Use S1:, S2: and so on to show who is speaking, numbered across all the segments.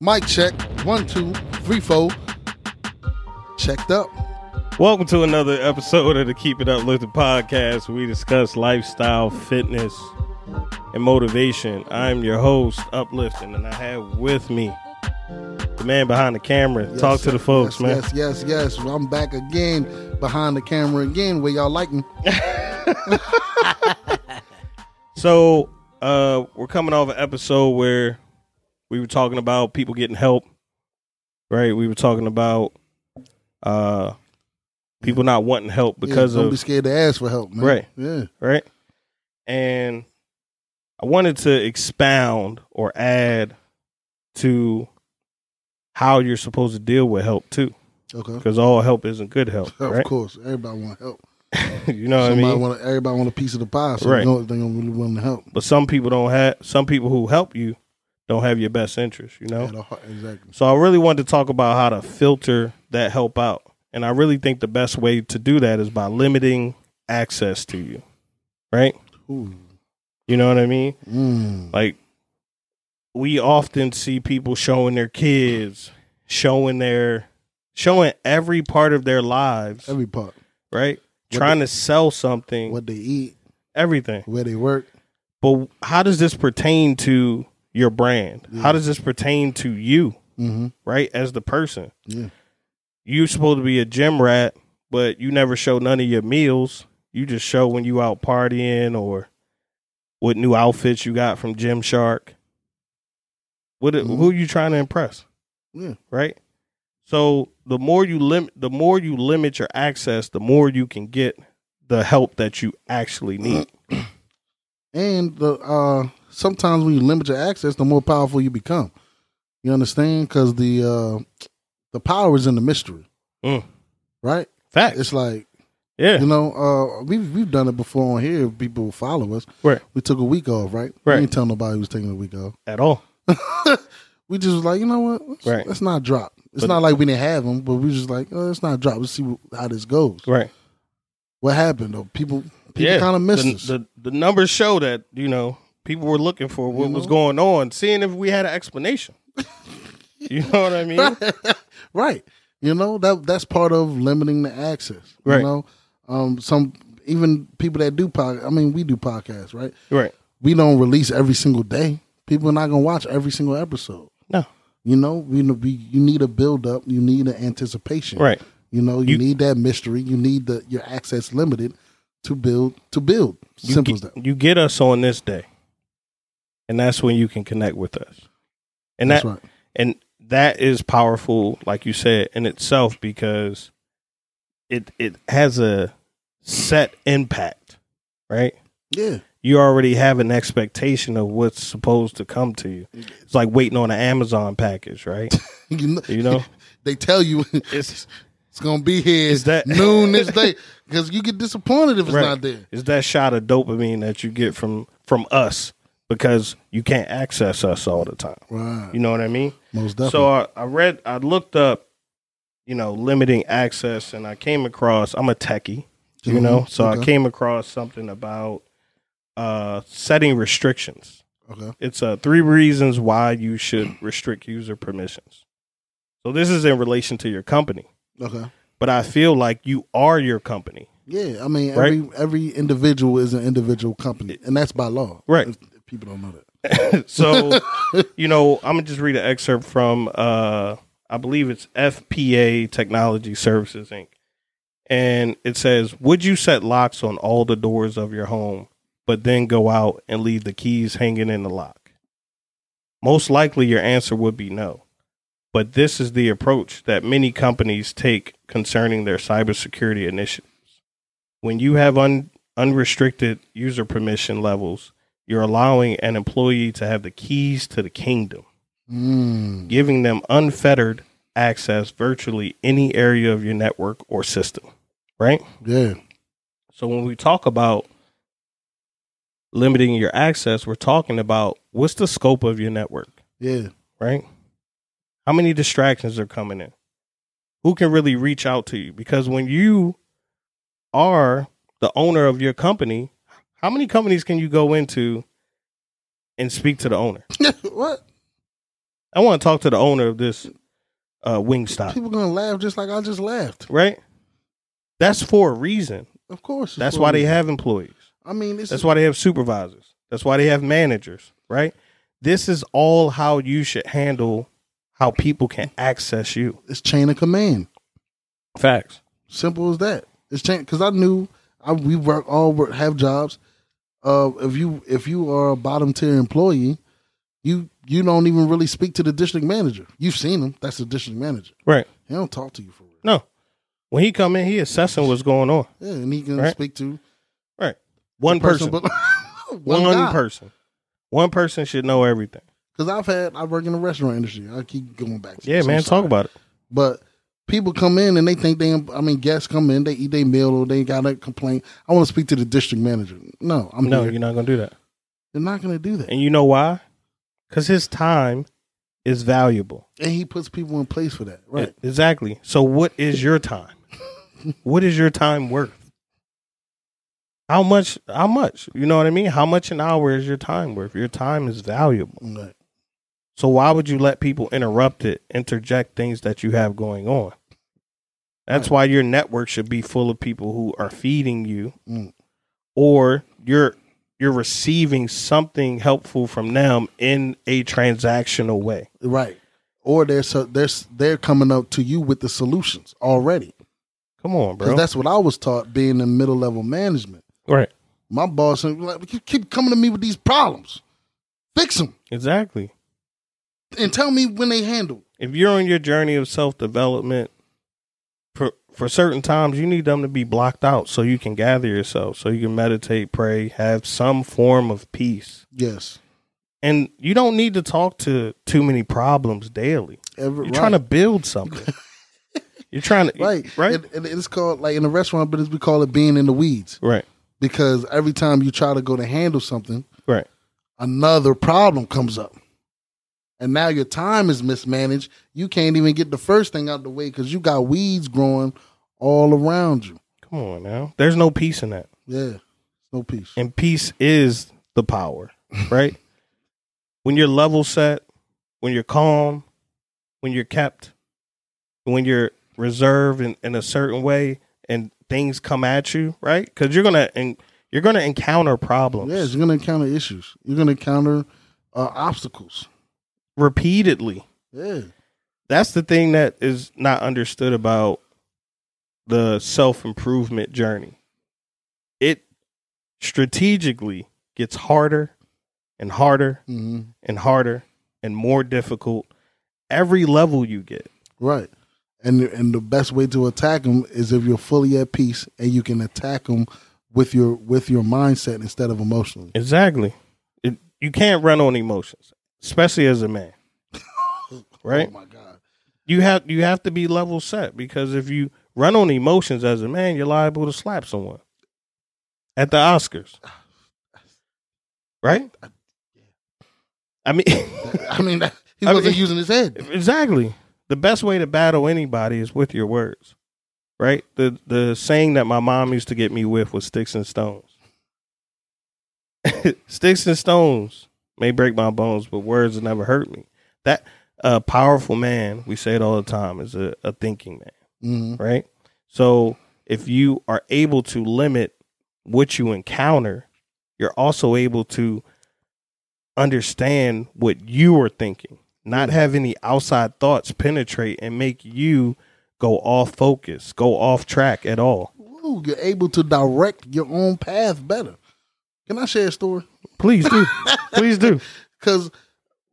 S1: Mic check. One, two, three, four. Checked up.
S2: Welcome to another episode of the Keep It Uplifted podcast. Where we discuss lifestyle, fitness, and motivation. I'm your host, Uplifting, and I have with me the man behind the camera.
S1: Yes,
S2: Talk to the
S1: sir. yes,
S2: folks, man.
S1: Yes, yes, yes. I'm back again behind the camera again where y'all like me.
S2: So uh, we're coming off an episode where we were talking about people getting help, right? We were talking about uh, people not wanting help because
S1: yeah, don't
S2: of
S1: be scared to ask for help, man.
S2: Right.
S1: Yeah.
S2: right? And I wanted to expound or add to how you're supposed to deal with help too,
S1: Okay.
S2: because all help isn't good help,
S1: Of
S2: right?
S1: course. Everybody want help.
S2: you know what I
S1: Somebody
S2: mean?
S1: want everybody want a piece of the pie, so
S2: Right.
S1: you know they're gonna really willing to help.
S2: but some people don't have some people who help you don't have your best interest, you know.
S1: At a heart- Exactly.
S2: So I really wanted to talk about how to filter that help out, and I really think the best way to do that is by limiting access to you, right?
S1: Ooh.
S2: You know what I mean?
S1: Mm.
S2: like we often see people showing their kids showing their showing every part of their lives
S1: Every part.
S2: right
S1: What
S2: trying to sell something
S1: What they eat,
S2: everything
S1: where they work.
S2: but how does this pertain to your brand
S1: Yeah.
S2: how does this pertain to you
S1: Mm-hmm.
S2: right as the person
S1: Yeah.
S2: you're supposed to be a gym rat but you never show none of your meals you just show when you out partying or what new outfits you got from Gymshark. What
S1: Mhm.
S2: who you trying to impress?
S1: Yeah.
S2: right? So the more you limit, the more you limit your access, the more you can get the help that you actually need.
S1: And the uh sometimes when you limit your access, the more powerful you become. You understand? Because the uh the power is in the mystery.
S2: Mm.
S1: Right?
S2: Facts,
S1: It's like
S2: yeah,
S1: you know, uh we've we've done it before on here if people follow us.
S2: Right.
S1: We took a week off, right?
S2: Right.
S1: We didn't tell nobody we was taking a week off.
S2: at all.
S1: we just was like, you know what? Let's,
S2: Right.
S1: let's not drop. It's
S2: But-
S1: not like we didn't have them, but we just like, oh, let's not drop. Let's see how this goes.
S2: Right,
S1: What happened though? People people
S2: yeah.
S1: kind of missed us.
S2: the, the the numbers show that you know people were looking for what
S1: You
S2: was
S1: know?
S2: going on, seeing if we had an explanation. you know what I mean?
S1: right. You know that that's part of limiting the access.
S2: Right.
S1: You know, um, some even people that do podcast. I mean, we do podcasts, right?
S2: Right.
S1: We don't release every single day. People are not gonna watch every single episode.
S2: No.
S1: You know, we, we you need a build up. You need an anticipation.
S2: Right.
S1: You know, you,
S2: You-
S1: need that mystery. You need the your access limited to build to build.
S2: You
S1: Simple as
S2: get,
S1: that.
S2: You get us on this day, and that's when you can connect with us. And that
S1: That's right.
S2: and that is powerful like you said in itself because it it has a set impact right
S1: Yeah.
S2: you already have an expectation of what's supposed to come to you it's like waiting on an amazon package right
S1: You know,
S2: you know
S1: they tell you
S2: it's
S1: it's gonna be here
S2: Is that-
S1: noon this day because you get disappointed if it's
S2: Right.
S1: not there.
S2: it's that shot of dopamine that you get from from us because you can't access us all the time
S1: Right.
S2: you know what i mean
S1: Most definitely.
S2: So I, I read, I looked up, you know, limiting access, and I came across. I'm a techie, you
S1: Mhm.
S2: know, so I
S1: Okay.
S2: came across something about uh, setting restrictions.
S1: okay.
S2: It's uh, three reasons why you should restrict user permissions. So this is in relation to your company,
S1: Okay.
S2: but I feel like you are your company,
S1: Yeah. I mean, every every individual is an individual company, and that's by law.
S2: Right.
S1: If, if people don't know that.
S2: so you know i'm gonna just read an excerpt from uh i believe it's fpa technology services inc and it says would you set locks on all the doors of your home but then go out and leave the keys hanging in the lock most likely your answer would be no but this is the approach that many companies take concerning their cybersecurity initiatives when you have un- unrestricted user permission levels you're allowing an employee to have the keys to the kingdom,
S1: Mm.
S2: giving them unfettered access virtually any area of your network or system, right?
S1: Yeah.
S2: So when we talk about limiting your access, we're talking about what's the scope of your network,
S1: Yeah.
S2: right? How many distractions are coming in? Who can really reach out to you? Because when you are the owner of your company, how many companies can you go into and speak to the owner?
S1: what?
S2: I want to talk to the owner of this uh, Wingstop,
S1: People gonna laugh just like I just laughed.
S2: right? That's for a reason.
S1: Of course. it's
S2: That's
S1: for
S2: why
S1: a
S2: they
S1: reason.
S2: have employees.
S1: I mean, this
S2: That's
S1: is
S2: why they have supervisors. That's why they have managers, right? This is all how you should handle how people can access you.
S1: it's chain of command.
S2: Facts.
S1: Simple as that. It's chain because I knew I we work all work have jobs. Uh, if you if you are a bottom tier employee, you you don't even really speak to the district manager. You've seen him. That's the district manager.
S2: Right.
S1: He don't talk to you for real.
S2: No. When he come in, he assessing what's going on.
S1: Yeah, and he can
S2: Right.
S1: speak to
S2: Right. One person.
S1: but
S2: one
S1: guy.
S2: person. One person should know everything.
S1: Because I've had I work in the restaurant industry. I keep going back. To
S2: Yeah,
S1: this, I'm
S2: man. Talk
S1: sorry.
S2: about it.
S1: But people come in and they think they. I mean, guests come in. They eat their meal or they got a complaint. I want to speak to the district manager. No, I'm
S2: no,
S1: here.
S2: you're not gonna do that.
S1: They're not going to do that.
S2: And you know why? Because his time is valuable.
S1: And he puts people in place for that. Right.
S2: E- Exactly. So what is your time? what is your time worth? How much how much? You know what I mean? How much an hour is your time worth? Your time is valuable.
S1: Mm, Right.
S2: So why would you let people interrupt it, interject things that you have going on? That's why your network should be full of people who are feeding you
S1: Mm.
S2: or you're you're receiving something helpful from them in a transactional way.
S1: Right. Or they're so they're s- they're coming up to you with the solutions already.
S2: Come on, bro.
S1: Because that's what I was taught being in middle level management.
S2: right.
S1: My boss said, like, you keep coming to me with these problems. Fix them
S2: Exactly.
S1: and tell me when they handle.
S2: If you're on your journey of self development, for for certain times you need them to be blocked out so you can gather yourself, so you can meditate, pray, have some form of peace.
S1: Yes.
S2: And you don't need to talk to too many problems daily.
S1: Every,
S2: You're trying to build something. you're trying to
S1: right,
S2: right,
S1: And, and it's called like in the restaurant business we call it being in the weeds
S2: right,
S1: because every time you try to go to handle something,
S2: right.
S1: another problem comes up, and now your time is mismanaged. You can't even get the first thing out the way because you got weeds growing all around you.
S2: Come on now. There's no peace in that.
S1: Yeah, no peace.
S2: and peace is the power, right? when you're level set, when you're calm, when you're kept, when you're reserved in, in a certain way, and things come at you, right? Because you're gonna and you're gonna encounter problems
S1: Yes, you're gonna encounter issues. You're gonna encounter uh, obstacles.
S2: repeatedly.
S1: Yeah,
S2: That's the thing that is not understood about the self improvement journey. It strategically gets harder and harder
S1: hmm
S2: and harder and more difficult every level you get.
S1: right. And and the best way to attack them is if you're fully at peace and you can attack them with your with your mindset instead of emotionally.
S2: Exactly. It, you can't run on emotions, especially as a man. Right?
S1: Oh my god.
S2: You have you have to be level set because if you run on emotions as a man, you're liable to slap someone at the Oscars. Right? I mean
S1: I mean, that, he
S2: I
S1: wasn't
S2: mean-
S1: using his head.
S2: Exactly. The best way to battle anybody is with your words. Right? The the saying that my mom used to get me with was sticks and stones. sticks and stones may break my bones, but words will never hurt me. That a powerful man, we say it all the time, is a, a thinking man,
S1: Mhm.
S2: right? So if you are able to limit what you encounter, you're also able to understand what you are thinking, not have any outside thoughts penetrate and make you go off focus, go off track at all.
S1: Ooh, you're able to direct your own path better. Can I share a story?
S2: Please do. Please do.
S1: Because,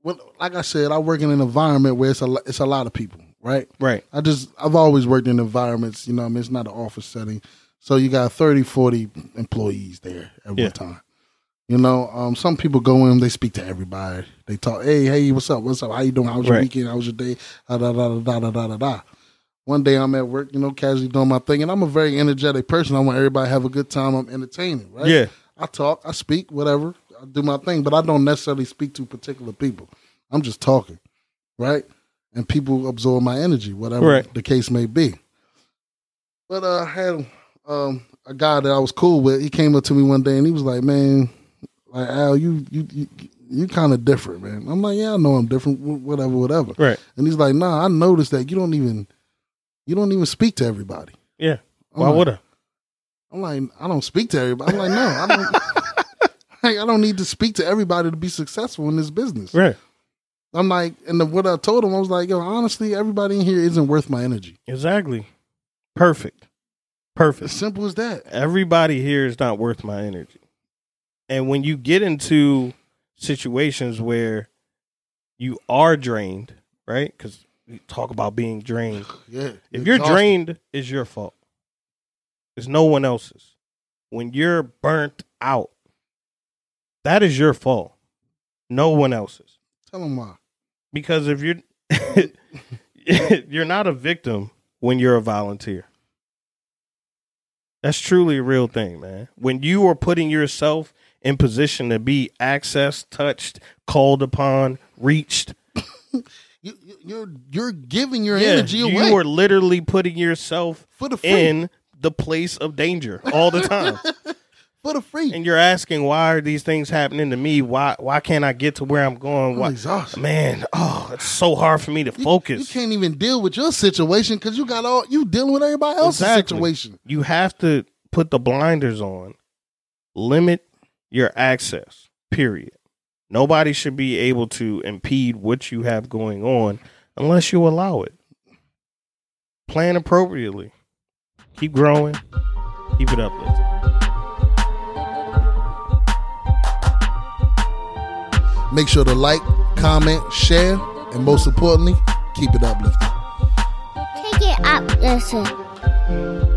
S1: like I said, I work in an environment where it's a lo- it's a lot of people, right?
S2: Right.
S1: I just I've always worked in environments, you know, what I mean it's not an office setting. So you got 30, 40 employees there at
S2: Yeah.
S1: one time. You know, um, some people go in, they speak to everybody. They talk, hey, hey, what's up? What's up? How you doing? How was your
S2: Right.
S1: weekend? How was your day? Da, da, da, da, da, da, da, da. One day I'm at work, you know, casually doing my thing, and I'm a very energetic person. I want everybody to have a good time. I'm entertaining, right?
S2: Yeah.
S1: I talk, I speak, whatever. I do my thing, but I don't necessarily speak to particular people. I'm just talking, right? And people absorb my energy, whatever
S2: Right.
S1: the case may be. But uh, I had um, a guy that I was cool with. He came up to me one day and he was like, "Man, like Al, you you you, you kind of different, man. I'm like, yeah, I know I'm different, wh- whatever, whatever.
S2: Right.
S1: And he's like, nah, I noticed that you don't even, you don't even speak to everybody.
S2: Yeah.
S1: I'm
S2: Why
S1: like,
S2: would I?
S1: I'm like, I don't speak to everybody. I'm like, no, I don't. like, I don't need to speak to everybody to be successful in this business.
S2: Right.
S1: I'm like, and the, what I told him, I was like, yo, honestly, everybody in here isn't worth my energy.
S2: Exactly. Perfect.
S1: As
S2: Perfect.
S1: simple as that.
S2: Everybody here is not worth my energy. And when you get into situations where you are drained, right? Because we talk about being drained.
S1: Yeah.
S2: If you're
S1: Exhausted.
S2: drained, it's your fault. It's no one else's. When you're burnt out, that is your fault. No one else's.
S1: tell him why.
S2: Because if you're you're not a victim when you're a volunteer. That's truly a real thing, man. When you are putting yourself in position to be accessed, touched, called upon, reached,
S1: You, you- you're you're giving your
S2: yeah,
S1: energy
S2: you
S1: away
S2: are literally putting yourself
S1: for the free.
S2: in the place of danger all the time.
S1: for the free.
S2: and you're asking why are these things happening to me? Why why can't I get to where I'm going?
S1: I'm
S2: Why
S1: exhausted.
S2: man, oh, it's so hard for me to
S1: You- You,
S2: focus. You,
S1: can't even deal with your situation because you got all you dealing with everybody else's
S2: Exactly.
S1: situation.
S2: have to put the blinders on. Limit your access. Period. Nobody should be able to impede what you have going on unless you allow it. Plan appropriately. Keep growing. Keep it up, Liz.
S1: Make sure to like, comment, share, and most importantly, keep it uplifted.
S3: Take it up, listen.